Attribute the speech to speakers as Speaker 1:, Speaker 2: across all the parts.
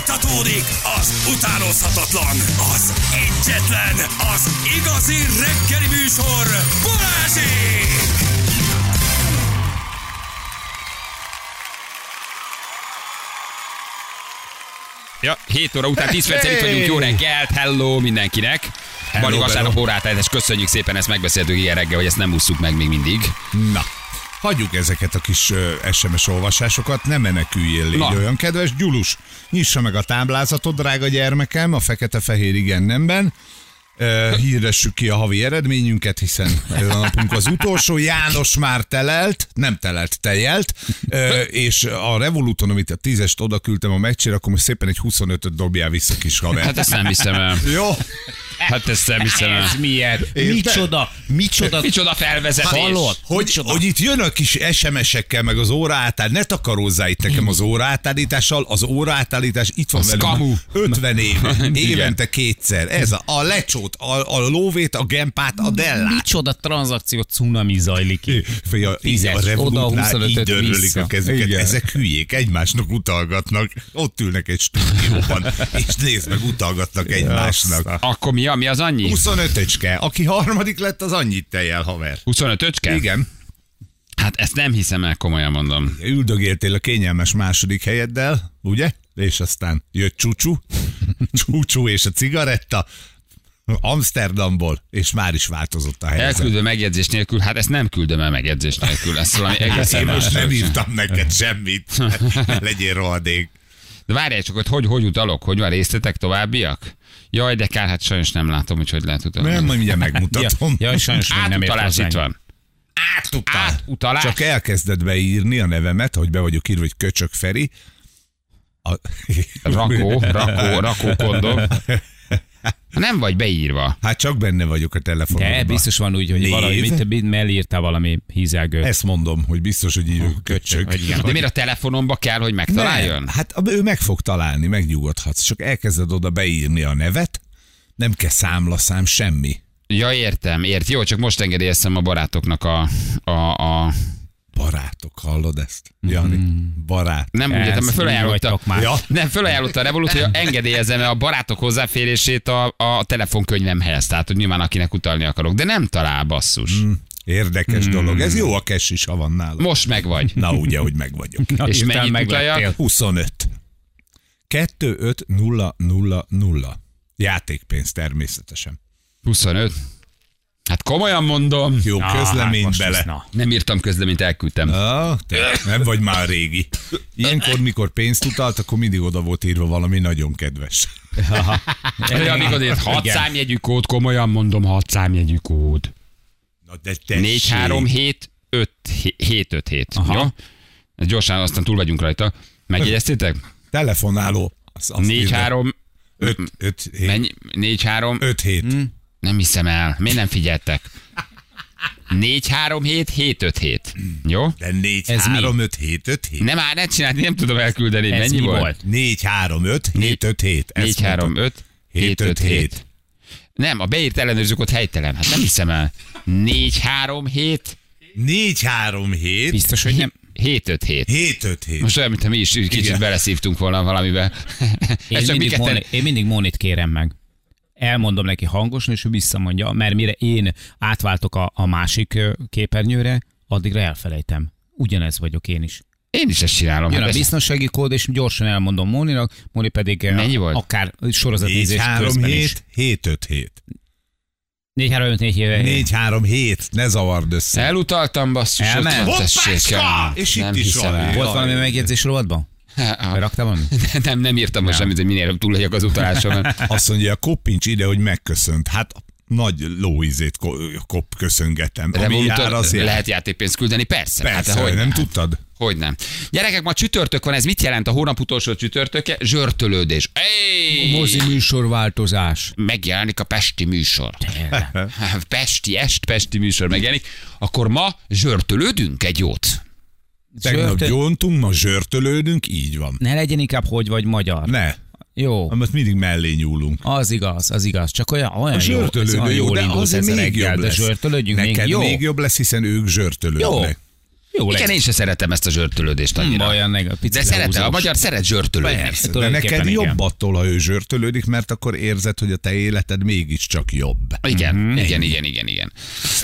Speaker 1: Folytatódik az utánozhatatlan, az egyetlen, az igazi reggeli műsor, Balázsék!
Speaker 2: Ja, 7 óra után 10 perccel itt vagyunk. Jó reggelt, hello mindenkinek.
Speaker 3: Hello,
Speaker 2: Bali vasárnap
Speaker 3: hello.
Speaker 2: órát és köszönjük szépen, ezt megbeszéltük ilyen reggel, hogy ezt nem ússzuk meg még mindig.
Speaker 3: Na. Hagyjuk ezeket a kis ö, SMS olvasásokat, ne meneküljél légy
Speaker 2: Na.
Speaker 3: olyan kedves. Gyulus, nyissa meg a táblázatot, drága gyermekem, a fekete-fehér igen nemben. Ö, Hirdessük ki a havi eredményünket, hiszen ez a napunk az utolsó. János már telelt, nem telelt, tejelt, Ö, és a Revoluton, amit a tízest oda küldtem a meccsére, akkor most szépen egy 25-öt dobjál vissza kis haver.
Speaker 2: Hát ezt nem hiszem el.
Speaker 3: Jó,
Speaker 2: Hát ezt nem hiszem el.
Speaker 4: Ez milyen?
Speaker 3: Érted?
Speaker 4: Micsoda, micsoda,
Speaker 2: Micsoda felvezetés.
Speaker 4: Hallod?
Speaker 3: Hogy,
Speaker 4: Micsoda?
Speaker 3: hogy itt jön a kis SMS-ekkel, meg az óraátállítás, ne takarózzál itt nekem az óraátállítással, az óraátállítás itt van
Speaker 2: Az kamu.
Speaker 3: velünk 50 év, évente
Speaker 2: Igen.
Speaker 3: kétszer. Ez a, a lecsót, a, a lóvét, a gempát, a dellát.
Speaker 4: micsoda tranzakció cunami zajlik itt.
Speaker 3: Fia, így
Speaker 4: Tízes,
Speaker 3: a
Speaker 4: oda a
Speaker 3: revolútnál
Speaker 4: 25-öt
Speaker 3: így dörrölik
Speaker 4: vissza.
Speaker 3: a kezüket.
Speaker 2: Igen.
Speaker 3: Ezek hülyék, egymásnak utalgatnak. Ott ülnek egy stúdióban, és nézd meg, utalgatnak egymásnak.
Speaker 2: Akkor mi, a- mi az annyi?
Speaker 3: 25 öcske, aki harmadik lett, az annyit tejjel, haver.
Speaker 2: 25 öcske?
Speaker 3: Igen.
Speaker 2: Hát ezt nem hiszem el, komolyan mondom.
Speaker 3: üldögéltél a kényelmes második helyeddel, ugye? És aztán jött csúcsú, csúcsú és a cigaretta, Amsterdamból, és már is változott a helyzet.
Speaker 2: Elküldöm megjegyzés nélkül, hát ezt nem küldöm el megjegyzés nélkül. Ez valami egészen
Speaker 3: Én most
Speaker 2: más.
Speaker 3: nem írtam neked semmit. Ne Legyél rohadék.
Speaker 2: De várjál csak, hogy hogy, hogy utalok? Hogy van részletek továbbiak? Jaj, de kár, hát sajnos nem látom, hogy hogy lehet utalni.
Speaker 3: Nem, majd mindjárt megmutatom.
Speaker 4: Ja, ja, sajnos még nem ért
Speaker 2: Átutalás
Speaker 4: hozzá.
Speaker 2: itt van.
Speaker 3: Átutal.
Speaker 2: Átutalás?
Speaker 3: Csak elkezded beírni a nevemet, hogy be vagyok írva, hogy Köcsök Feri. A...
Speaker 2: Rakó, rakó, rakó kondom. Nem vagy beírva.
Speaker 3: Hát csak benne vagyok a telefonomban.
Speaker 4: De biztos van úgy, hogy
Speaker 3: Név?
Speaker 4: valami, mint, mint mellírtál valami hízelgőt.
Speaker 3: Ezt mondom, hogy biztos, hogy így vagyok, Köcsök.
Speaker 2: De miért a telefonomba kell, hogy
Speaker 3: Nem,
Speaker 2: megtaláljon?
Speaker 3: Hát ab- ő meg fog találni, megnyugodhatsz. Csak elkezded oda beírni a nevet, nem kell számlaszám semmi.
Speaker 2: Ja, értem, ért. Jó, csak most engedélyeztem a barátoknak a... a, a...
Speaker 3: Barátok, hallod ezt? Jani,
Speaker 4: Mm.
Speaker 3: barát.
Speaker 2: Nem úgy értem, mert fölajánlotta.
Speaker 4: vagytok már.
Speaker 3: Ja.
Speaker 2: Nem, fölajánlotta a Revolut, hogy engedélyezem a barátok hozzáférését a, a telefonkönyvemhez. Tehát, hogy nyilván akinek utalni akarok. De nem talál, basszus.
Speaker 3: Érdekes
Speaker 4: Mm.
Speaker 3: dolog. Ez jó a kes is, ha van nálam.
Speaker 2: Most meg vagy.
Speaker 3: Na ugye, hogy meg vagyok.
Speaker 4: Na,
Speaker 2: És
Speaker 4: hirtelen
Speaker 2: mennyit
Speaker 4: meglettél.
Speaker 2: utalja?
Speaker 3: 25. 2 5 0 0 0. Játékpénz természetesen.
Speaker 2: 25. Hát komolyan mondom.
Speaker 3: Jó
Speaker 4: Na, hát
Speaker 3: közlemény
Speaker 4: most ez
Speaker 3: bele.
Speaker 4: na.
Speaker 2: Nem írtam közleményt, elküldtem.
Speaker 3: Ah, te nem vagy már régi. Ilyenkor, mikor pénzt utalt, akkor mindig oda volt írva valami nagyon kedves.
Speaker 2: Olyan, amikor írt, hat számjegyű kód, komolyan mondom, hat számjegyű kód.
Speaker 3: Na de tessék.
Speaker 2: 4, 3, 7, 5, 7, 5, 7. Jó? Ez gyorsan, aztán túl vagyunk rajta. Megjegyeztétek?
Speaker 3: Telefonáló. Az, az
Speaker 2: 4, 3,
Speaker 3: 5, 5, 7.
Speaker 2: mennyi? 4, 3,
Speaker 3: 5 hét.
Speaker 2: nem hiszem el. Miért nem figyeltek? 4, 3, 7, 7, 5, 7. Jó?
Speaker 3: De 4,
Speaker 4: Ez
Speaker 3: 3, 5, 7, 5, 7.
Speaker 2: Nem már ne csinálni, nem tudom elküldeni.
Speaker 4: Ez
Speaker 2: Mennyi
Speaker 4: mi
Speaker 2: volt?
Speaker 4: volt?
Speaker 3: 4, 3, 5, 7, 5, 7.
Speaker 2: 4, 3, 5, 7, 5, 7. Nem, a beírt ellenőrzőkot helytelen. Hát nem hiszem el. 4, 3, 7,
Speaker 3: 4, 3, 7,
Speaker 4: Biztos, hogy nem.
Speaker 2: 7, 5, 7.
Speaker 3: 7, 5, 7.
Speaker 2: Most olyan, mintha mi is kicsit
Speaker 3: Igen.
Speaker 2: beleszívtunk volna valamibe.
Speaker 4: Én
Speaker 2: Ez csak mi
Speaker 4: mindig,
Speaker 2: ketten...
Speaker 4: Moni, én mindig Monit kérem meg. Elmondom neki hangosan, és ő visszamondja, mert mire én átváltok a, a másik ö, képernyőre, addigra elfelejtem. Ugyanez vagyok én is.
Speaker 2: Én is ezt csinálom.
Speaker 4: Jön
Speaker 2: Hát
Speaker 4: a
Speaker 2: ez-
Speaker 4: biztonsági kód, és gyorsan elmondom Móninak, Móni pedig eh,
Speaker 2: Mennyi volt?
Speaker 4: akár
Speaker 3: 4,
Speaker 4: sorozatnézés
Speaker 3: 3,
Speaker 4: közben is.
Speaker 3: 7, 7, 5, 7.
Speaker 4: 4 3 5 4 7
Speaker 3: 4, 3, 7. Ne zavard össze.
Speaker 2: Elutaltam basszus, ott
Speaker 4: Elment.
Speaker 2: van,
Speaker 3: Hoppácska!
Speaker 2: tessék el.
Speaker 3: És itt
Speaker 2: nem
Speaker 3: is
Speaker 2: hiszem
Speaker 3: van.
Speaker 2: el.
Speaker 4: Volt
Speaker 3: Jaj.
Speaker 4: valami megjegyzés rovatban? Raktál valamit?
Speaker 2: Nem, nem írtam most semmit, hogy minél előbb túl legyek az utaláson.
Speaker 3: Azt mondja, koppincs ide, hogy megköszönt. Hát nagy lóizét ko- kop köszöngetem. Ami jár,
Speaker 2: Revolutor
Speaker 3: az jár.
Speaker 2: lehet játékpénzt küldeni, persze.
Speaker 3: Persze,
Speaker 2: hát, hogy
Speaker 3: nem tudtad?
Speaker 2: Hogy nem. Gyerekek, ma csütörtök van, ez mit jelent a hónap utolsó csütörtöke? Zsörtölődés. Ej!
Speaker 4: műsorváltozás.
Speaker 2: Megjelenik a Pesti műsor. Hát, Pesti est, Pesti műsor megjelenik. Akkor ma zsörtölődünk egy jót.
Speaker 3: Tegnap
Speaker 4: Zsörtö-
Speaker 3: gyóntunk, ma zsörtölődünk, így van.
Speaker 4: Ne legyen inkább hogy vagy magyar.
Speaker 3: Ne,
Speaker 4: Jó.
Speaker 3: amit mindig mellé nyúlunk.
Speaker 4: Az igaz, az igaz. Csak olyan, olyan
Speaker 3: A
Speaker 4: jó, ez
Speaker 3: zsörtölődő
Speaker 4: olyan
Speaker 3: jó,
Speaker 4: jól
Speaker 3: de
Speaker 4: indult
Speaker 3: az
Speaker 4: ez a
Speaker 3: még
Speaker 4: reggel,
Speaker 3: jobb
Speaker 4: de
Speaker 3: lesz.
Speaker 4: zsörtölődjünk
Speaker 3: Neked
Speaker 4: még jó.
Speaker 3: még jobb lesz, hiszen ők
Speaker 4: jó.
Speaker 3: zsörtölődnek.
Speaker 4: Jó
Speaker 2: Igen,
Speaker 4: legyen.
Speaker 2: én se szeretem ezt a zsörtölődést
Speaker 4: Nem
Speaker 2: annyira.
Speaker 4: baj, a neg- a picit
Speaker 2: De szerette,
Speaker 4: lehúzós.
Speaker 2: a magyar szeret zsörtölődni.
Speaker 4: Persze,
Speaker 3: De neked
Speaker 4: tulajdonképpen igen.
Speaker 3: jobb attól, ha ő zsörtölődik, mert akkor érzed, hogy a te életed mégiscsak jobb.
Speaker 2: Igen, igen, igen, igen, igen.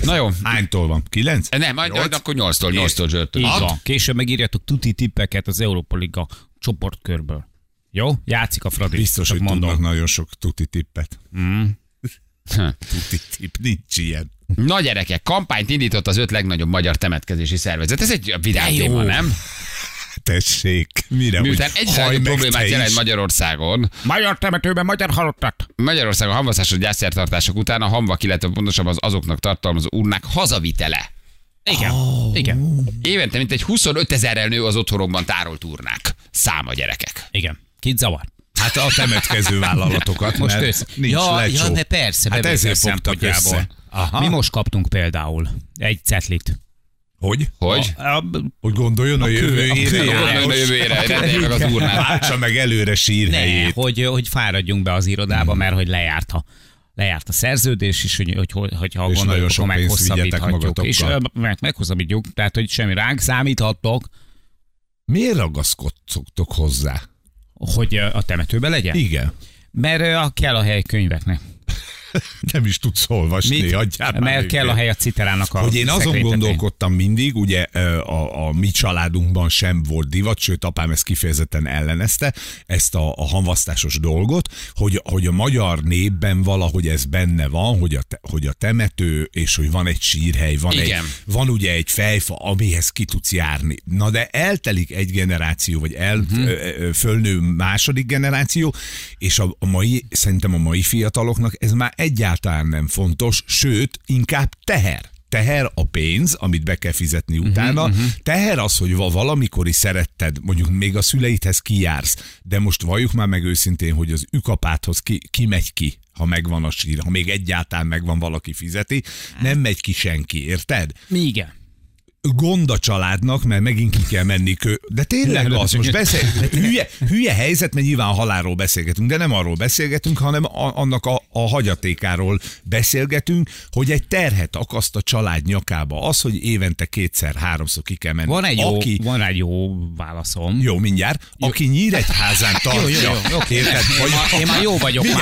Speaker 2: Na jó.
Speaker 3: Hánytól van? Kilenc?
Speaker 2: Nem, majd, majd akkor 8-tól, 8-tól
Speaker 4: Így
Speaker 2: zsörtölődés.
Speaker 4: van. Később megírjatok tuti tippeket az Európa Liga csoportkörből. Jó? Játszik a Fradi.
Speaker 3: Biztos,
Speaker 4: Csak Mm.
Speaker 3: hogy tudnak nagyon sok tuti tippet. Tuti tipp, nincs ilyen.
Speaker 2: Na gyerekek, kampányt indított az öt legnagyobb magyar temetkezési szervezet. Ez egy vidám téma, nem?
Speaker 3: Tessék, mire
Speaker 2: Miután
Speaker 3: úgy?
Speaker 2: egyre
Speaker 3: Haj,
Speaker 2: nagyobb
Speaker 3: meg
Speaker 2: problémát
Speaker 3: te
Speaker 2: jelent
Speaker 3: is.
Speaker 2: Magyarországon,
Speaker 4: Magyar temetőben magyar halottat.
Speaker 2: Magyarországon hamvaszásos gyászszertartások után a hamvak, illetve pontosabban az azoknak tartalmazó urnák hazavitele.
Speaker 4: Igen. Oh. Igen.
Speaker 2: Évente mintegy 25 ezerrel nő az otthonokban tárolt urnák. Száma gyerekek.
Speaker 4: Igen. Kit zavar?
Speaker 3: Hát a temetkező vállalatokat,
Speaker 4: Most
Speaker 3: mert
Speaker 4: össze.
Speaker 3: nincs
Speaker 4: ja,
Speaker 3: lecsó.
Speaker 4: ja, ne persze,
Speaker 3: Hát
Speaker 4: bevétel
Speaker 3: ezért fogtak
Speaker 4: szempontjából.
Speaker 3: össze. Aha.
Speaker 4: Mi most kaptunk például egy cetlit.
Speaker 3: Hogy?
Speaker 2: Hogy?
Speaker 4: A, a,
Speaker 3: Hogy gondoljon a, jövőjére.
Speaker 4: kő-
Speaker 3: János.
Speaker 2: Gondoljon a jövőjére, rendelj meg az urnát.
Speaker 3: Váltsa meg előre
Speaker 4: ne,
Speaker 3: sírhelyét.
Speaker 4: hogy, hogy fáradjunk be az irodába,
Speaker 3: Mm.
Speaker 4: mert hogy lejárt a lejárt a szerződés, és hogy, hogy, hogy, hogyha a
Speaker 3: És
Speaker 4: gondoljuk,
Speaker 3: nagyon sok
Speaker 4: akkor
Speaker 3: pénzt
Speaker 4: meghosszabbíthatjuk.
Speaker 3: vigyetek
Speaker 4: És ö,
Speaker 3: magatokkal.
Speaker 4: meg, meghosszabbítjuk, tehát hogy semmi ránk számíthattok,
Speaker 3: Miért ragaszkodtok hozzá?
Speaker 4: hogy ö, a temetőben legyen.
Speaker 3: Igen.
Speaker 4: Mert ö, a- kell a hely könyveknek.
Speaker 3: Nem is tudsz olvasni, adjál már
Speaker 4: Mert
Speaker 3: őket.
Speaker 4: kell a hely a citerának a
Speaker 3: Hogy én azon
Speaker 4: szekrénytetén.
Speaker 3: gondolkodtam mindig, ugye ö, a, a mi családunkban sem volt divat, sőt apám ezt kifejezetten ellenezte, ezt a, a hamvasztásos dolgot, hogy, hogy a magyar népben valahogy ez benne van, hogy a, te- hogy a temető, és hogy van egy sírhely, van, egy,
Speaker 2: Igen.
Speaker 3: van ugye egy fejfa, amihez ki tudsz járni. Na de eltelik egy generáció, vagy el, uh-huh. ö, ö, fölnő második generáció, és a, a mai, szerintem a mai fiataloknak ez már egyáltalán nem fontos, sőt, inkább teher teher a pénz, amit be kell fizetni utána, uh-huh, teher az, hogy va valamikori szeretted, mondjuk még a szüleidhez kijársz, de most valljuk már meg őszintén, hogy az ükapádhoz ki, ki megy ki, ha megvan a sír, ha még egyáltalán megvan, valaki fizeti, nem megy ki senki, érted?
Speaker 4: Igen.
Speaker 3: gond a családnak, mert megint ki kell menni kő. De tényleg az, most beszél, Hát hülye, hülye helyzet, mert nyilván halálról beszélgetünk, de nem arról beszélgetünk, hanem a, annak a, a hagyatékáról beszélgetünk, hogy egy terhet akaszt a család nyakába. Az, hogy évente kétszer-háromszor ki kell menni.
Speaker 4: Van egy jó,
Speaker 3: Aki,
Speaker 4: van rá egy jó válaszom.
Speaker 3: jó, mindjárt. Aki nyíregyházán tartja.
Speaker 4: jó, jó, oké.
Speaker 3: Érted? Vagy,
Speaker 4: Én már jó vagyok már.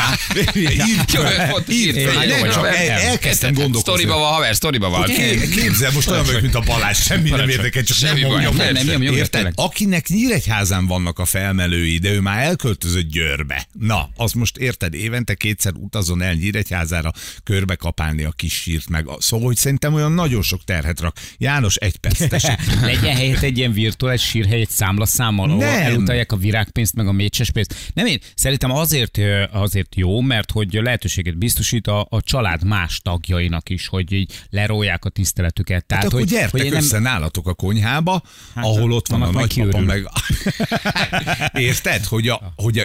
Speaker 3: mindjárt, írd
Speaker 2: Jó,
Speaker 3: föl,
Speaker 2: pont
Speaker 3: írd
Speaker 2: írt
Speaker 3: föl,
Speaker 2: fel,
Speaker 4: én
Speaker 3: nem,
Speaker 2: jó,
Speaker 4: vagyok.
Speaker 3: csak
Speaker 2: jó,
Speaker 3: el-
Speaker 2: nem.
Speaker 3: elkezdtem gondolkozni.
Speaker 2: Sztoriba van, haver, sztoriba van.
Speaker 3: Hát Kép- Képzel, most olyan vagyok, mint a Balázs, semmi nem érdekel, csak
Speaker 2: Semmi
Speaker 3: nyomom,
Speaker 2: baj,
Speaker 3: nyomom.
Speaker 2: nem, nem,
Speaker 4: nyom, nyom,
Speaker 3: Érted?
Speaker 4: tényleg.
Speaker 3: Akinek Nyíregyházán vannak a felmelői, de ő már elköltözött Győrbe. Na, az most érted, évente kétszer utazon el Nyíregyházára körbe kapálni a kis sírt meg. Szóval, hogy szerintem olyan nagyon sok terhet rak. János, egy perc,
Speaker 4: Hát,
Speaker 3: tessék.
Speaker 4: Legyen helyett egy ilyen virtuális sírhely, egy számlaszámmal, ahol
Speaker 3: Nem.
Speaker 4: elutalják a virágpénzt, meg a mécses pénzt. Nem én, szerintem azért, ö, azért jó, mert hogy lehetőséget biztosít a, a család más tagjainak is, hogy így lerólják a tiszteletüket. Tehát,
Speaker 3: Hát akkor
Speaker 4: hogy,
Speaker 3: gyertek
Speaker 4: hogy én
Speaker 3: össze nálatok a konyhába, hát, ahol ott van a
Speaker 4: annak meg
Speaker 3: nagypapa,
Speaker 4: kiürül.
Speaker 3: meg... Érted? Hogy a, hogy a,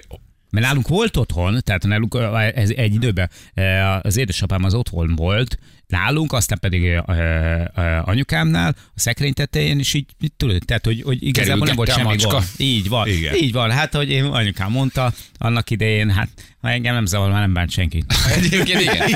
Speaker 4: Mert nálunk volt otthon, tehát nálunk ö, ez egy időben ö, az édesapám az otthon volt, nálunk, aztán pedig ö, ö, ö, anyukámnál, a szekrény tetején, és így, mit tudod, tehát, hogy, hogy igazából nem volt
Speaker 2: Kerülgette a
Speaker 4: semmi
Speaker 2: macska.
Speaker 4: gond. Így van,
Speaker 3: Igen.
Speaker 4: Igen. így van. Hát, hogy én anyukám mondta, annak idején, hát, ha engem nem zavar, már nem bánt senki.
Speaker 2: Egyébként igen.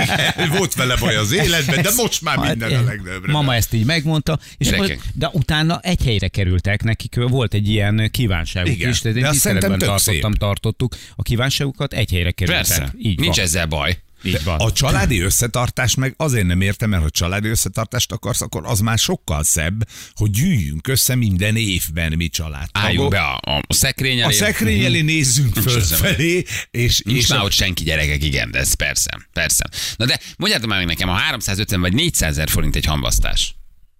Speaker 3: Volt vele baj az életben, de most már
Speaker 4: Hát,
Speaker 3: minden a
Speaker 4: eh,
Speaker 3: legnagyobb.
Speaker 4: Mama ezt így megmondta, és akkor,
Speaker 2: Gyerekek.
Speaker 4: de utána egy helyre kerültek nekik, volt egy ilyen kívánságuk
Speaker 3: Igen,
Speaker 4: is, tehát én
Speaker 3: de azt
Speaker 4: tiszteletben
Speaker 3: szerintem tök
Speaker 4: tartottam, tartottuk. A kívánságukat egy helyre kerültek.
Speaker 2: Persze.
Speaker 4: Így
Speaker 2: Nincs
Speaker 4: van.
Speaker 2: ezzel baj.
Speaker 4: Így van.
Speaker 3: A családi összetartás meg azért nem értem, mert ha családi összetartást akarsz, akkor az már sokkal szebb, hogy gyűjjünk össze minden évben mi család.
Speaker 2: Álljunk be a, Mhm. a szekrény
Speaker 3: A
Speaker 2: elé.
Speaker 3: szekrény elé nézzünk
Speaker 2: ezzel
Speaker 3: fölfelé, és,
Speaker 2: Mhm. Nincs
Speaker 3: és
Speaker 2: már ott senki gyerekek, igen, de ez persze, persze. Na de mondjátok már meg nekem, a 350 vagy 400 ezer forint egy hamvasztás.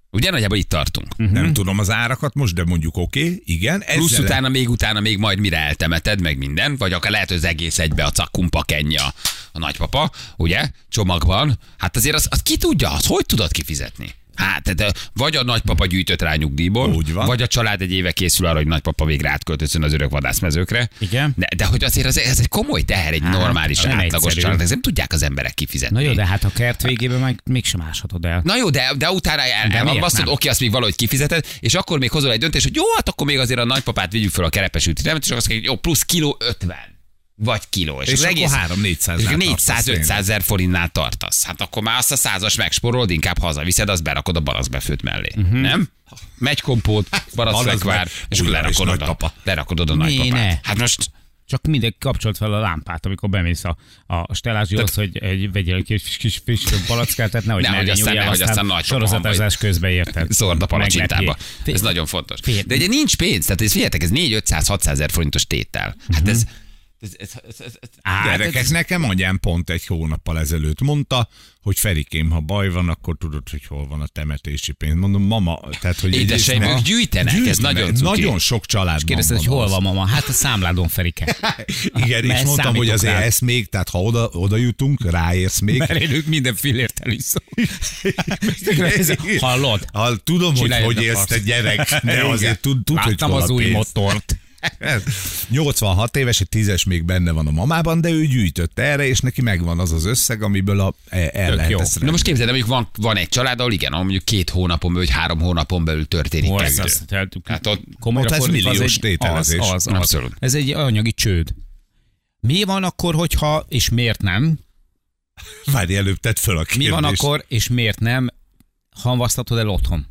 Speaker 2: Ugye nagyjából itt tartunk.
Speaker 3: nem tudom az árakat most, de mondjuk oké, okay, igen. Ezzel
Speaker 2: Mhm. Plusz utána, még utána, még majd mire eltemeted, meg minden, vagy akár lehet, hogy az egész egybe a cakkumpa kenje a, a nagypapa, ugye, csomagban. Hát azért az, az ki tudja, az hogy tudod kifizetni? Hát, de vagy a nagypapa gyűjtött rá nyugdíjból,
Speaker 3: Úgy van.
Speaker 2: vagy a család egy éve készül arra, hogy nagypapa végre átköltözön az örök vadászmezőkre.
Speaker 4: Igen.
Speaker 2: De, de hogy azért ez, ez egy komoly teher egy hát, normális,
Speaker 4: nem
Speaker 2: átlagos
Speaker 4: egyszerű.
Speaker 2: család, ezért nem tudják az emberek kifizetni.
Speaker 4: Na jó, de hát a kert végében meg mégsem áshatod el.
Speaker 2: Na jó, de, de utána el,
Speaker 4: De
Speaker 2: el van
Speaker 4: miért
Speaker 2: basztod,
Speaker 4: nem?
Speaker 2: oké, azt még valahogy kifizeted, és akkor még hozol egy döntést, hogy jó, hát akkor még azért a nagypapát vigyük fel a kerepes ütéremet, és akkor azt mondja, hogy jó, plusz kiló 50. vagy kiló. És,
Speaker 3: És
Speaker 2: az
Speaker 3: akkor
Speaker 2: egész,
Speaker 3: 300-400-nál
Speaker 2: és akkor
Speaker 3: tartasz
Speaker 2: 400-500 ezer forintnál tartasz. Hát akkor már azt a százas megsporolod, inkább hazaviszed, azt berakod a balaszbefőt mellé. Uh-huh. Nem? Megy kompót, balaszbekvár,
Speaker 3: Balaszbe-
Speaker 2: és akkor
Speaker 3: Újra is
Speaker 2: lerakod oda,
Speaker 3: nagypapa.
Speaker 2: lerakod oda a
Speaker 4: Mi ne?
Speaker 2: nagypapát. Hát most
Speaker 4: Csak mindegy, kapcsolt fel a lámpát, amikor bemész a, a stellázsihoz, hogy egy, vegyél egy kis, kis friss palackát, tehát nehogy
Speaker 2: Nehogy
Speaker 4: ne,
Speaker 2: aztán-
Speaker 4: nyúljál,
Speaker 2: nehogy aztán nagy
Speaker 4: sorozatázás közben érted.
Speaker 2: szord a palacsintába.
Speaker 4: Meglepjél.
Speaker 2: Ez nagyon fontos.
Speaker 4: Fél-
Speaker 2: De ugye nincs pénz, tehát ez figyeljetek, ez 4-500-600 ezer forintos tétel. Hát ez,
Speaker 4: Á, hát
Speaker 3: Gyerekek, nekem anyám pont egy hónappal ezelőtt mondta, hogy Ferikém, ha baj van, akkor tudod, hogy hol van a temetési pénz. Mondom, mama, tehát, hogy...
Speaker 2: Édeseim,
Speaker 3: egyrészt
Speaker 2: ők gyűjtenek, ez nagyon cuki.
Speaker 3: Nagyon sok családban
Speaker 4: Kérdezted, hogy
Speaker 3: van
Speaker 4: hol
Speaker 3: az.
Speaker 4: van mama? Hát a számládon Ferike.
Speaker 3: Igen, és
Speaker 4: Mert
Speaker 3: mondtam, hogy
Speaker 4: számítok
Speaker 3: azért
Speaker 4: rád.
Speaker 3: ez még, tehát ha oda, oda jutunk, ráérsz még.
Speaker 4: Mert én ők minden fillért eliszom. Hallod?
Speaker 3: Ha, tudom, hogy
Speaker 4: Csinálj
Speaker 3: hogy
Speaker 4: ennek
Speaker 3: élsz
Speaker 4: azt.
Speaker 3: te gyerek, de
Speaker 4: Igen.
Speaker 3: azért tud, tud hogy
Speaker 4: Láttam
Speaker 3: hol a
Speaker 4: az új
Speaker 3: pénz.
Speaker 4: motort.
Speaker 3: 86 éves, egy tízes még benne van a mamában, de ő gyűjtött erre, és neki megvan az az összeg, amiből a, e- el Tök lehet
Speaker 4: jó.
Speaker 3: ezt
Speaker 2: Na most képzeld, el, mondjuk van, van egy család, ahol igen, ahol mondjuk két hónapon belül, vagy három hónapon belül történik
Speaker 4: Hol ez
Speaker 2: kettő.
Speaker 4: az? Tehát
Speaker 2: Hát ott-
Speaker 4: komolyra
Speaker 3: ott ez
Speaker 4: fordítva, az
Speaker 3: milliós
Speaker 4: egy-
Speaker 3: tételezés.
Speaker 4: Az, az, az.
Speaker 2: Abszolút.
Speaker 4: Ez egy anyagi csőd. Mi van akkor, hogyha, és miért nem?
Speaker 3: Várj, előbb tett föl a
Speaker 4: Mi
Speaker 3: kérdést.
Speaker 4: van akkor, és miért nem hamvasztatod el otthon?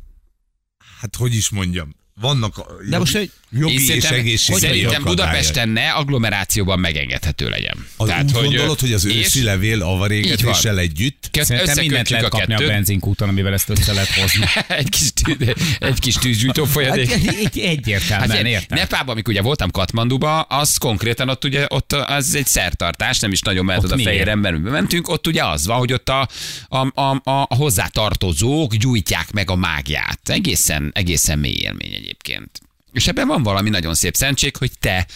Speaker 3: Hát hogy is mondjam, vannak a jogi,
Speaker 4: De most, hogy-
Speaker 2: Én
Speaker 3: jogi és
Speaker 2: szerintem,
Speaker 3: egészségügyi
Speaker 2: szerintem
Speaker 3: akadályok.
Speaker 2: Budapesten ne agglomerációban megengedhető legyen.
Speaker 3: Az Tehát, úgy hogy gondolod, hogy az
Speaker 2: és
Speaker 3: őszi levél avarégetéssel együtt?
Speaker 2: köz-
Speaker 4: Szerintem mindent
Speaker 2: összekötjük
Speaker 4: lehet
Speaker 2: a
Speaker 4: kapni a
Speaker 2: kettőt. Hát
Speaker 4: benzinkúton, amivel ezt össze lehet hozni.
Speaker 2: egy kis, tű, egy kis tűzgyújtó
Speaker 4: Hát
Speaker 2: folyadék.
Speaker 4: egy,
Speaker 2: Hát
Speaker 4: egyértelműen, hát,
Speaker 2: ilyen,
Speaker 4: értem.
Speaker 2: Nepában, amikor ugye voltam Katmanduba, az konkrétan ott ugye ott az egy szertartás, nem is nagyon mehet
Speaker 4: Ott
Speaker 2: oda a
Speaker 4: miért?
Speaker 2: fehér ember, amiben mentünk, ott ugye az van, hogy ott a, a, a, a hozzátartozók gyújtják meg a mágiát. Egészen, egészen mély élmény egyébként. És ebben van valami nagyon szép szentség, hogy te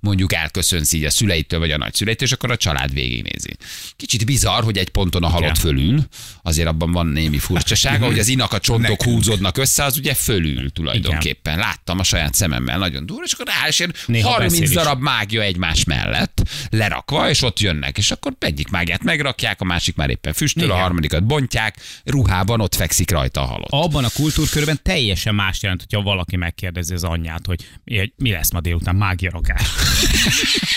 Speaker 2: mondjuk elköszönsz így a szüleitől vagy a nagyszüleitől, és akkor a család végignézi. Kicsit bizarr, hogy egy ponton a halott fölül, azért abban van némi furcsasága, hogy az inak a csontok húzódnak össze, az ugye fölül tulajdonképpen. Láttam a saját szememmel, nagyon durva, és akkor rá is ér
Speaker 4: Néha
Speaker 2: 30
Speaker 4: beszél is.
Speaker 2: darab mágia egymás mellett lerakva, és ott jönnek, és akkor egyik mágiát megrakják, a másik már éppen füstöl, a
Speaker 4: Igen.
Speaker 2: harmadikat bontják, ruhában ott fekszik rajta a halott.
Speaker 4: Abban a kultúrkörben teljesen más jelent, hogyha valaki megkérdezi az anyját, hogy mi- mi lesz ma délután, mágiarakás.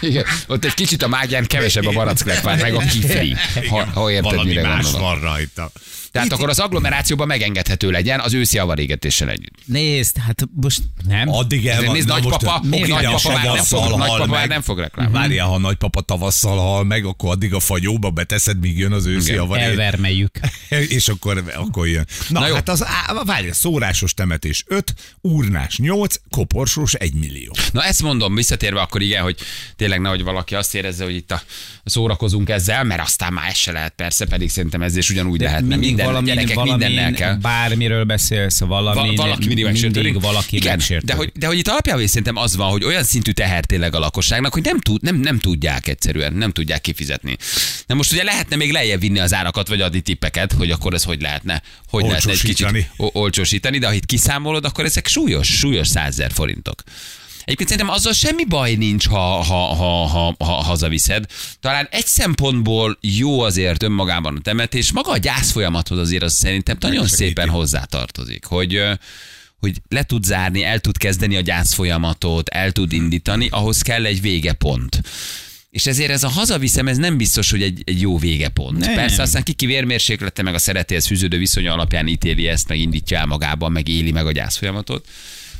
Speaker 2: Igen, ott egy kicsit a mágián kevesebb a baracklepár, meg a kifli, ha, ha érted,
Speaker 3: Valami
Speaker 2: mire
Speaker 3: más
Speaker 2: gondolok.
Speaker 3: van rajta.
Speaker 2: Tehát akkor az agglomerációban megengedhető legyen az őszi avarégetéssel együtt.
Speaker 4: Nézd, hát most nem.
Speaker 3: Addig el
Speaker 2: De
Speaker 3: van.
Speaker 2: nézd,
Speaker 3: na most
Speaker 2: nagypapa,
Speaker 3: a-
Speaker 2: oké,
Speaker 3: mire a
Speaker 2: nagypapa már nem
Speaker 3: tavasszal
Speaker 2: fog-
Speaker 3: hal
Speaker 2: nagypapa már
Speaker 3: meg?
Speaker 2: nem Hmm. fog reklámozni.
Speaker 3: Várjál, ha nagypapa tavasszal hal meg, akkor addig a fagyóba beteszed, míg jön az őszi avarék.
Speaker 4: Elvermeljük.
Speaker 3: És akkor, akkor jön. Na,
Speaker 2: Na jó.
Speaker 3: hát az, á, várj, szórásos temetés 5, úrnás 8, koporsós 1 millió.
Speaker 2: Na ezt mondom, visszatérve akkor igen, hogy tényleg nehogy valaki azt érezze, hogy itt a, szórakozunk ezzel, mert aztán már ez se lehet persze, pedig szerintem ez is ugyanúgy De lehetne. Hát Minden, valami, gyerekek mindennel kell.
Speaker 4: Bármiről beszélsz, valami,
Speaker 2: Val- valaki mindig megsértődik.
Speaker 4: valaki
Speaker 2: Igen,
Speaker 4: megsértődik.
Speaker 2: de hogy, de hogy itt alapjában szerintem az van, hogy olyan szintű teher tényleg a lakosságnak, hogy nem, tud, nem, nem tudják egyszerűen, nem tudják kifizetni. Na most ugye lehetne még lejjebb vinni az árakat, vagy adni tippeket, hogy akkor ez hogy lehetne, hogy lehetne egy kicsit
Speaker 3: Olcsósítani.
Speaker 2: o- olcsósítani, de ha itt kiszámolod, akkor ezek súlyos, súlyos százer forintok. Egyébként szerintem azzal semmi baj nincs, ha, ha, ha, ha, ha hazaviszed. Talán egy szempontból jó azért önmagában a temetés, maga a gyász folyamathoz azért az szerintem nagyon szépen hozzátartozik, hogy ö, hogy le tud zárni, el tud kezdeni a gyász folyamatot, el tud indítani, ahhoz kell egy végepont. És ezért ez a hazaviszem, ez nem biztos, hogy egy, egy jó végepont. Nem.
Speaker 4: Nem.
Speaker 2: Persze aztán kiki vérmérséklete, meg a szeretéhez fűződő viszonya alapján ítéli ezt, meg indítja el magában, meg éli meg a gyász folyamatot.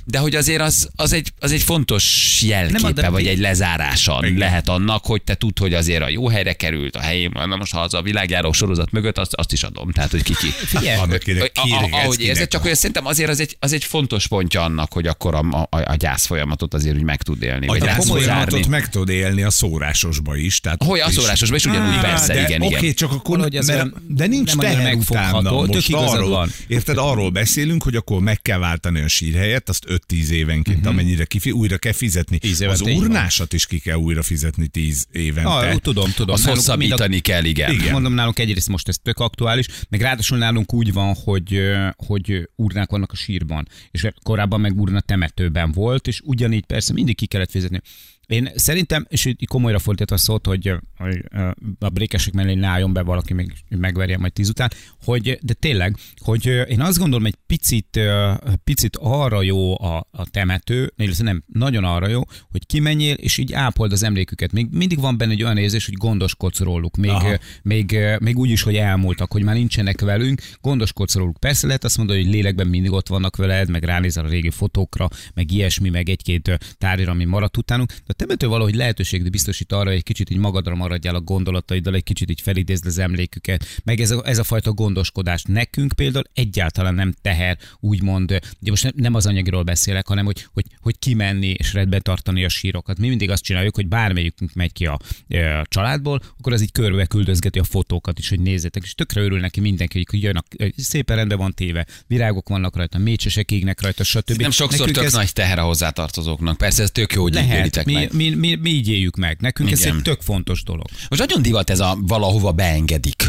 Speaker 2: De hogy azért az, az, egy, az egy fontos
Speaker 4: Nem,
Speaker 2: jelképe,
Speaker 4: de-
Speaker 2: vagy egy lezárása lehet annak, hogy te tudd, hogy azért a jó helyre került, a helyén van, na most ha az a világjáró sorozat mögött, azt, azt is adom. Tehát, hogy kiki.
Speaker 4: Figyelj,
Speaker 3: Akinek
Speaker 2: A- a-
Speaker 3: kérgetsz,
Speaker 2: ahogy érzed,
Speaker 3: kinek
Speaker 2: csak hogy szerintem azért az egy, az egy fontos pontja annak, hogy akkor a, a, a gyász folyamatot azért úgy meg tud élni. vagy
Speaker 3: A
Speaker 2: rá tud
Speaker 3: komoly
Speaker 2: zárni.
Speaker 3: folyamatot meg tudod élni a szórásosba is. Tehát
Speaker 2: Hogy a
Speaker 3: ott is.
Speaker 2: szórásosban is ugyanúgy
Speaker 3: Á,
Speaker 2: persze,
Speaker 3: de,
Speaker 2: igen,
Speaker 3: Oké,
Speaker 2: igen.
Speaker 3: csak akkor
Speaker 4: Valahogy ez
Speaker 3: mert,
Speaker 4: olyan
Speaker 3: de nincs
Speaker 4: nem annyira
Speaker 3: teher
Speaker 4: megfogható.
Speaker 3: utána
Speaker 4: Tök
Speaker 3: most
Speaker 4: igazad
Speaker 3: arról,
Speaker 4: van.
Speaker 3: Érted, arról beszélünk, hogy akkor meg kell váltani a sírhelyet, azt 5-10 évenként,
Speaker 2: Mhm.
Speaker 3: uh-huh. amennyire kifi, újra kell fizetni.
Speaker 4: Tíz
Speaker 3: Az
Speaker 4: évente, így van.
Speaker 3: urnásat is ki kell újra fizetni 10 évente.
Speaker 4: Ah, tudom, tudom.
Speaker 2: Azt
Speaker 4: Nálunk mind a-
Speaker 2: hosszabbítani kell, igen.
Speaker 4: Igen. Mondom nálunk egyrészt most ez tök aktuális, meg ráadásul nálunk úgy van, hogy, ö, hogy ö, urnák vannak a sírban, és korábban meg urna temetőben volt, és ugyanígy persze mindig ki kellett fizetni. Én szerintem, és így komolyra fordítva a szót, hogy hogy, ö, a brékesek mellé ne álljon be valaki, még megverje majd tíz után, hogy, de tényleg, hogy ö, én azt gondolom, egy picit, ö, picit arra jó a, a temető, illetve nem, nagyon arra jó, hogy kimenjél, és így ápold az emléküket. Még mindig van benne egy olyan érzés, hogy gondoskodsz róluk, még, ö, még, ö, még úgy is, hogy elmúltak, hogy már nincsenek velünk, gondoskodsz róluk. Persze lehet azt mondani, hogy lélekben mindig ott vannak veled, meg ránézel a régi fotókra, meg ilyesmi, meg egy-két ö, tárgyra, ami maradt utánunk, de a temető valahogy lehetőséget biztosít arra, hogy egy kicsit így magadra maradjál a gondolataiddal, egy kicsit így felidézd az emléküket, meg ez a, ez a fajta gondoskodás nekünk például egyáltalán nem teher, úgymond, ugye most ne- nem az anyagról beszélek, hanem hogy, hogy, hogy kimenni és redbe tartani a sírokat. Mi mindig azt csináljuk, hogy bármelyikünk megy ki a, e, a családból, akkor az így körbe küldözgeti a fotókat is, hogy nézzétek, és tökre örül neki mindenki, hogy jönnek, ö, szépen rendben van téve, virágok vannak rajta, mécsesek égnek rajta, stb.
Speaker 2: Nem sokszor
Speaker 4: Nekünk
Speaker 2: tök
Speaker 4: ez-
Speaker 2: nagy teher a hozzátartozóknak. Persze ez tök jó, hogy így élitek
Speaker 4: lehet, mi,
Speaker 2: meg.
Speaker 4: mi, mi, mi így éljük meg. Nekünk Igen.
Speaker 2: Igen.
Speaker 4: ez egy tök fontos dolog.
Speaker 2: Most nagyon divat ez a valahova beengedik.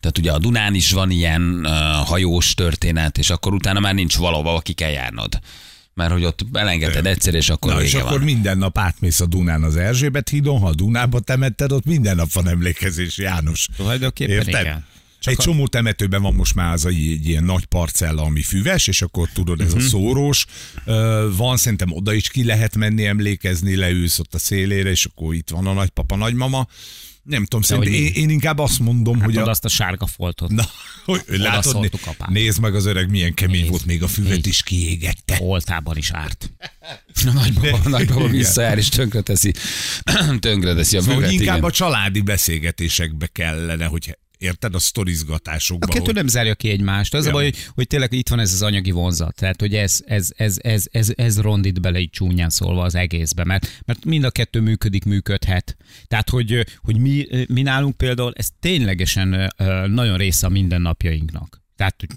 Speaker 2: Tehát ugye a Dunán is van ilyen uh, hajós történet, és akkor utána már nincs valahova, aki kell járnod. Mert hogy ott elengedted egyszer, és akkor
Speaker 3: Na, és
Speaker 2: vége
Speaker 3: akkor
Speaker 2: van.
Speaker 3: minden nap átmész a Dunán az Erzsébet hídon, ha a Dunába temetted, ott minden nap van emlékezés, János.
Speaker 4: Tulajdonképpen
Speaker 3: Érted?
Speaker 4: igen.
Speaker 3: Csak egy csomó temetőben van most már az egy, egy ilyen nagy parcella, ami füves, és akkor tudod, ez
Speaker 4: Mhm.
Speaker 3: a szórós ö, van, szerintem oda is ki lehet menni emlékezni, leülsz ott a szélére, és akkor itt van a nagypapa, nagymama. Nem tudom, szerintem
Speaker 4: hogy
Speaker 3: én, én inkább azt mondom,
Speaker 4: Hát
Speaker 3: hogy
Speaker 4: oda
Speaker 3: a,
Speaker 4: azt a sárga foltot.
Speaker 3: Na, hogy látod, né-
Speaker 4: szóltuk apám.
Speaker 3: nézd meg az öreg, milyen kemény
Speaker 4: Nézd,
Speaker 3: volt, még a füvet
Speaker 4: nézd.
Speaker 3: is kiégette.
Speaker 4: Oltában is árt.
Speaker 2: A nagybaba, nagybaba
Speaker 3: Igen.
Speaker 2: visszajár, és tönkreteszi, tönkreteszi a
Speaker 3: Szóval,
Speaker 2: művet,
Speaker 3: hogy inkább
Speaker 2: igen.
Speaker 3: a családi beszélgetésekbe kellene, hogy érted, a sztorizgatásokba.
Speaker 4: A kettő
Speaker 3: hogy-
Speaker 4: nem zárja ki egymást. Az a
Speaker 3: Ja.
Speaker 4: baj, hogy, hogy tényleg itt van ez az anyagi vonzat. Tehát, hogy ez, ez, ez, ez, ez, ez rondít bele így csúnyán szólva az egészbe, mert, mert mind a kettő működik, működhet. Tehát, hogy, hogy mi, mi nálunk például, ez ténylegesen ö, nagyon része a mindennapjainknak. Tehát, hogy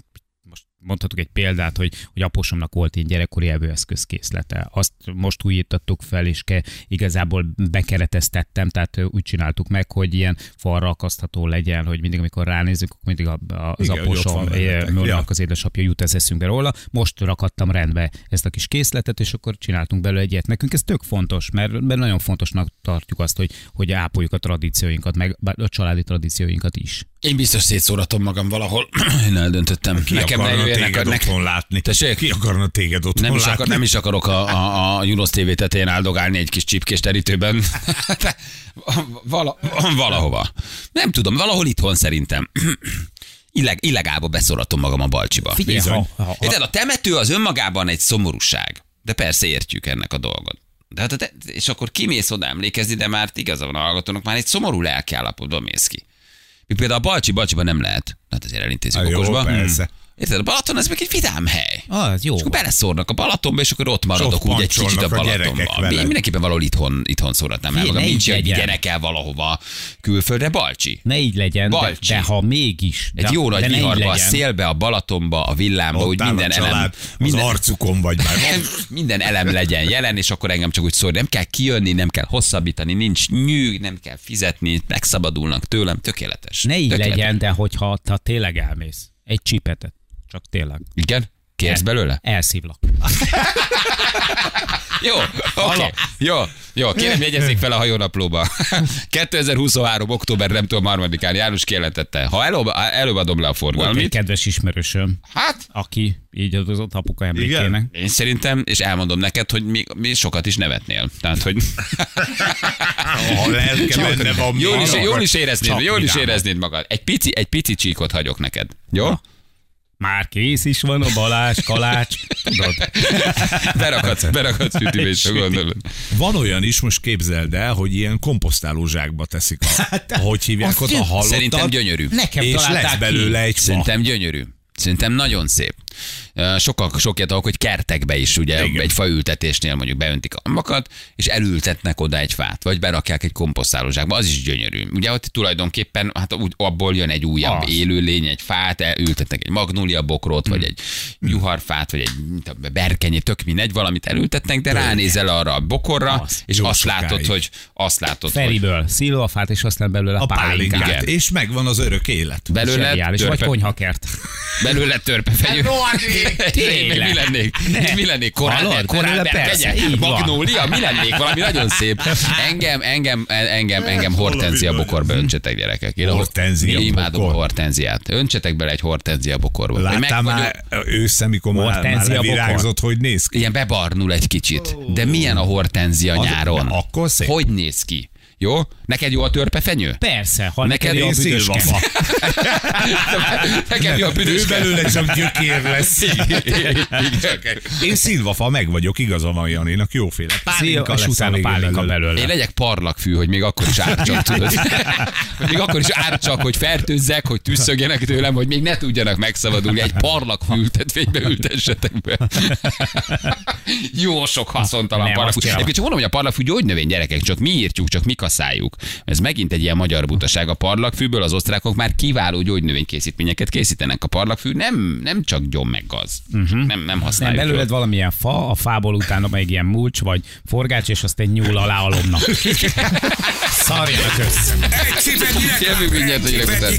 Speaker 4: most mondhatok egy példát, hogy, hogy apósomnak volt ilyen gyerekkori evőeszközkészlete. Azt most újítottuk fel, és ke, igazából bekereteztettem, tehát ö, úgy csináltuk meg, hogy ilyen falra akasztható legyen, hogy mindig, amikor ránézzük, akkor mindig a, a, az
Speaker 3: Igen, hogy
Speaker 4: Igen,
Speaker 3: ott
Speaker 4: apósom,
Speaker 3: van veletek.
Speaker 4: Mörnek
Speaker 3: Ja.
Speaker 4: az édesapja jut ez eszünkbe róla. Most rakadtam rendbe ezt a kis készletet, és akkor csináltunk belőle egyet. Nekünk ez tök fontos, mert, mert nagyon fontosnak tartjuk azt, hogy, hogy ápoljuk a tradícióinkat, meg a családi tradícióinkat is.
Speaker 2: Én biztos szétszóratom magam valahol. Én eldöntöttem.
Speaker 3: Ki Nekem
Speaker 2: ne
Speaker 3: akarna
Speaker 2: jöjjenek,
Speaker 3: téged
Speaker 2: nekem,
Speaker 3: otthon látni?
Speaker 2: Tessék?
Speaker 3: Ki akarna téged otthon
Speaker 2: Nem is,
Speaker 3: látni?
Speaker 2: akar, nem is akarok a, a, a Junos TV tetején áldogálni egy kis csipkés terítőben. Vala, valahova. Nem tudom, valahol itthon szerintem. Illeg, illegálba beszoratom magam a balcsiba.
Speaker 4: Figyelj,
Speaker 2: Bizony.
Speaker 4: ha- ha-
Speaker 2: Érted, a temető az önmagában egy szomorúság. De persze értjük ennek a dolgot. De hát a te, és akkor kimész oda emlékezni, de már igaza van a hallgatónak, már egy szomorú lelki állapotban mész ki. Még például a balcsi balcsiban nem lehet. Hát azért elintézünk
Speaker 3: Há, jó,
Speaker 2: okosba. Hmm.
Speaker 3: persze.
Speaker 2: Érted, a Balaton ez meg egy vidám hely.
Speaker 4: Ah, Az jó.
Speaker 2: És akkor beleszórnak a Balatonba, és akkor ott maradok
Speaker 3: ott
Speaker 2: úgy egy kicsit a
Speaker 3: pancsolnak a gyerekek
Speaker 2: Balatonban.
Speaker 3: veled.
Speaker 2: Én mindenképpen valahol itthon, itthon szóratnám el
Speaker 4: Figyelj,
Speaker 2: magam.
Speaker 4: ne
Speaker 2: Nincs,
Speaker 4: így
Speaker 2: hogy
Speaker 4: legyen.
Speaker 2: vigyenek el valahova külföldre. Balcsi.
Speaker 4: Ne így legyen, de,
Speaker 2: Balcsi.
Speaker 4: de, ha mégis.
Speaker 2: Egy
Speaker 4: de,
Speaker 2: jó
Speaker 4: de
Speaker 2: nagy
Speaker 4: ne így
Speaker 2: viharba, a
Speaker 4: legyen.
Speaker 2: szélbe, a Balatonba, a villámba,
Speaker 3: Ott
Speaker 2: úgy
Speaker 3: áll a
Speaker 2: minden elem.
Speaker 3: család, az arcukon vagy már.
Speaker 2: minden elem legyen jelen, és akkor engem csak úgy szól, nem kell kijönni, nem kell hosszabbítani, nincs nyűg, nem kell fizetni, megszabadulnak tőlem, tökéletes.
Speaker 4: Ne így
Speaker 2: tökéletes.
Speaker 4: legyen, de hogyha ha tényleg elmész. Egy csipetet. Csak tényleg.
Speaker 2: Igen? Kérsz belőle?
Speaker 4: Elszívlak.
Speaker 2: Jó, oké. Okay. Jó, jó, kérem, jegyezzék fel a hajónaplóba. 2023. október, nem tudom, harmadikán János kijelentette. Ha előbb, előbb adom le a
Speaker 4: Volt egy
Speaker 2: forgalmit,
Speaker 4: kedves ismerősöm,
Speaker 2: hát
Speaker 4: aki így adott apuka emlékének.
Speaker 2: én szerintem, és elmondom neked, hogy mi, mi sokat is nevetnél. Tehát, hogy
Speaker 3: Ha lelke benne van.
Speaker 2: jól, is,
Speaker 3: még.
Speaker 2: jól is éreznéd,
Speaker 4: Csak
Speaker 2: jól is
Speaker 4: vidáman.
Speaker 2: éreznéd magad. Egy pici, egy pici csíkot hagyok neked. Jó?
Speaker 4: Már kész is van a balás, kalács. Tudod,
Speaker 2: Berakadsz, berakadsz sütőbe,
Speaker 4: Süti.
Speaker 2: gondolod.
Speaker 3: Van olyan is, most képzeld el, hogy ilyen komposztáló zsákba teszik
Speaker 4: Hát,
Speaker 3: a, hogy hívják ott a halottat.
Speaker 2: Szerintem gyönyörű.
Speaker 4: Nekem
Speaker 3: És
Speaker 4: találták
Speaker 3: lesz
Speaker 4: ki.
Speaker 3: belőle egy fa.
Speaker 2: Szerintem gyönyörű. Szerintem nagyon szép. Ö, Sokak, sok ilyet alak, hogy kertekbe is, ugye Igen.
Speaker 3: Igen.
Speaker 2: egy faültetésnél mondjuk beöntik a makat, és elültetnek oda egy fát, vagy berakják egy komposztálózsákba, az is gyönyörű. Ugye ott tulajdonképpen hát úgy, abból jön egy újabb
Speaker 4: Az.
Speaker 2: élőlény, egy fát, elültetnek egy magnólia bokrot, vagy egy juharfát, vagy egy mint a berkenyét, tök mindegy, valamit elültetnek, de ránézel arra a bokorra,
Speaker 4: Az.
Speaker 2: és
Speaker 3: Jó
Speaker 2: azt
Speaker 3: sokáig.
Speaker 2: látod, hogy azt látod, hogy
Speaker 4: Feriből szilvafát, és aztán belőle a,
Speaker 3: a
Speaker 4: pálinkát.
Speaker 3: pálinkát.
Speaker 2: Igen.
Speaker 3: És megvan az örök élet.
Speaker 2: belőle
Speaker 4: Zseniális. Vagy
Speaker 2: törpe,
Speaker 4: konyhakert.
Speaker 2: belőle törpefejű.
Speaker 3: rohadék!
Speaker 2: Tényleg. Mi lennék? Mi lennék? Korán,
Speaker 4: Hallod?
Speaker 2: korán
Speaker 4: Persze,
Speaker 2: perkenye?
Speaker 4: így van.
Speaker 2: Magnólia? Mi lennék? Valami nagyon szép. Engem, engem, engem, engem
Speaker 3: Hát,
Speaker 2: hortenzia bokorba öntsetek gyerekek. Én a-
Speaker 3: Hortenzia
Speaker 2: Én imádom a
Speaker 3: bokor.
Speaker 2: hortenziát. Öntsetek bele egy hortenzia bokorba. Vagy meg
Speaker 3: Láttál
Speaker 2: vagyok-
Speaker 3: már ősszel, mikor már, már
Speaker 4: Hortenzia
Speaker 3: levirágzott, hogy néz ki?
Speaker 2: Ilyen bebarnul egy kicsit. De milyen a hortenzia
Speaker 3: Az-
Speaker 2: nyáron?
Speaker 3: de akkor szép.
Speaker 2: Hogy néz ki? Jó? Neked jó a törpefenyő?
Speaker 4: Persze, ha
Speaker 2: Neked
Speaker 4: neked jó a
Speaker 3: Én
Speaker 4: büdös
Speaker 3: szilvafa.
Speaker 2: Neked jó a büdös
Speaker 3: Ő belőle csak gyökér lesz. Én szilvafa meg vagyok, igaza van Janinak, jóféle. Pálinka
Speaker 4: és
Speaker 3: lesz
Speaker 4: utána
Speaker 3: végén
Speaker 4: pálinka
Speaker 3: belőle.
Speaker 4: belőle.
Speaker 2: Én legyek parlagfű, hogy még akkor is ártsak, tudod. Hogy még akkor is ártsak, hogy fertőzzek, hogy tüsszögjenek tőlem, hogy még ne tudjanak megszabadulni. Egy parlagfű ültetvénybe ültessetek be. Jó sok haszontalan
Speaker 4: Nem,
Speaker 2: parlagfű.
Speaker 4: azt csinálom.
Speaker 2: Egyébként csak mondom, hogy a parlagfű gyógynövény, gyerekek, csak mi írtjuk, csak mi kaszáljuk. Ez megint egy ilyen magyar butaság. A parlagfűből az osztrákok már kiváló gyógynövénykészítményeket készítenek. A parlagfű nem, nem csak gyom meg gaz. Nem, nem
Speaker 4: Mhm. Nem,
Speaker 2: használjuk. jól.
Speaker 4: belőled valamilyen fa, a fából utána még ilyen mulcs vagy forgács, és azt egy nyúl alá alomnak. Szarjanak össze.
Speaker 1: Egy csipetnyinek,
Speaker 2: Jövünk mindjárt a hírek után.
Speaker 1: egy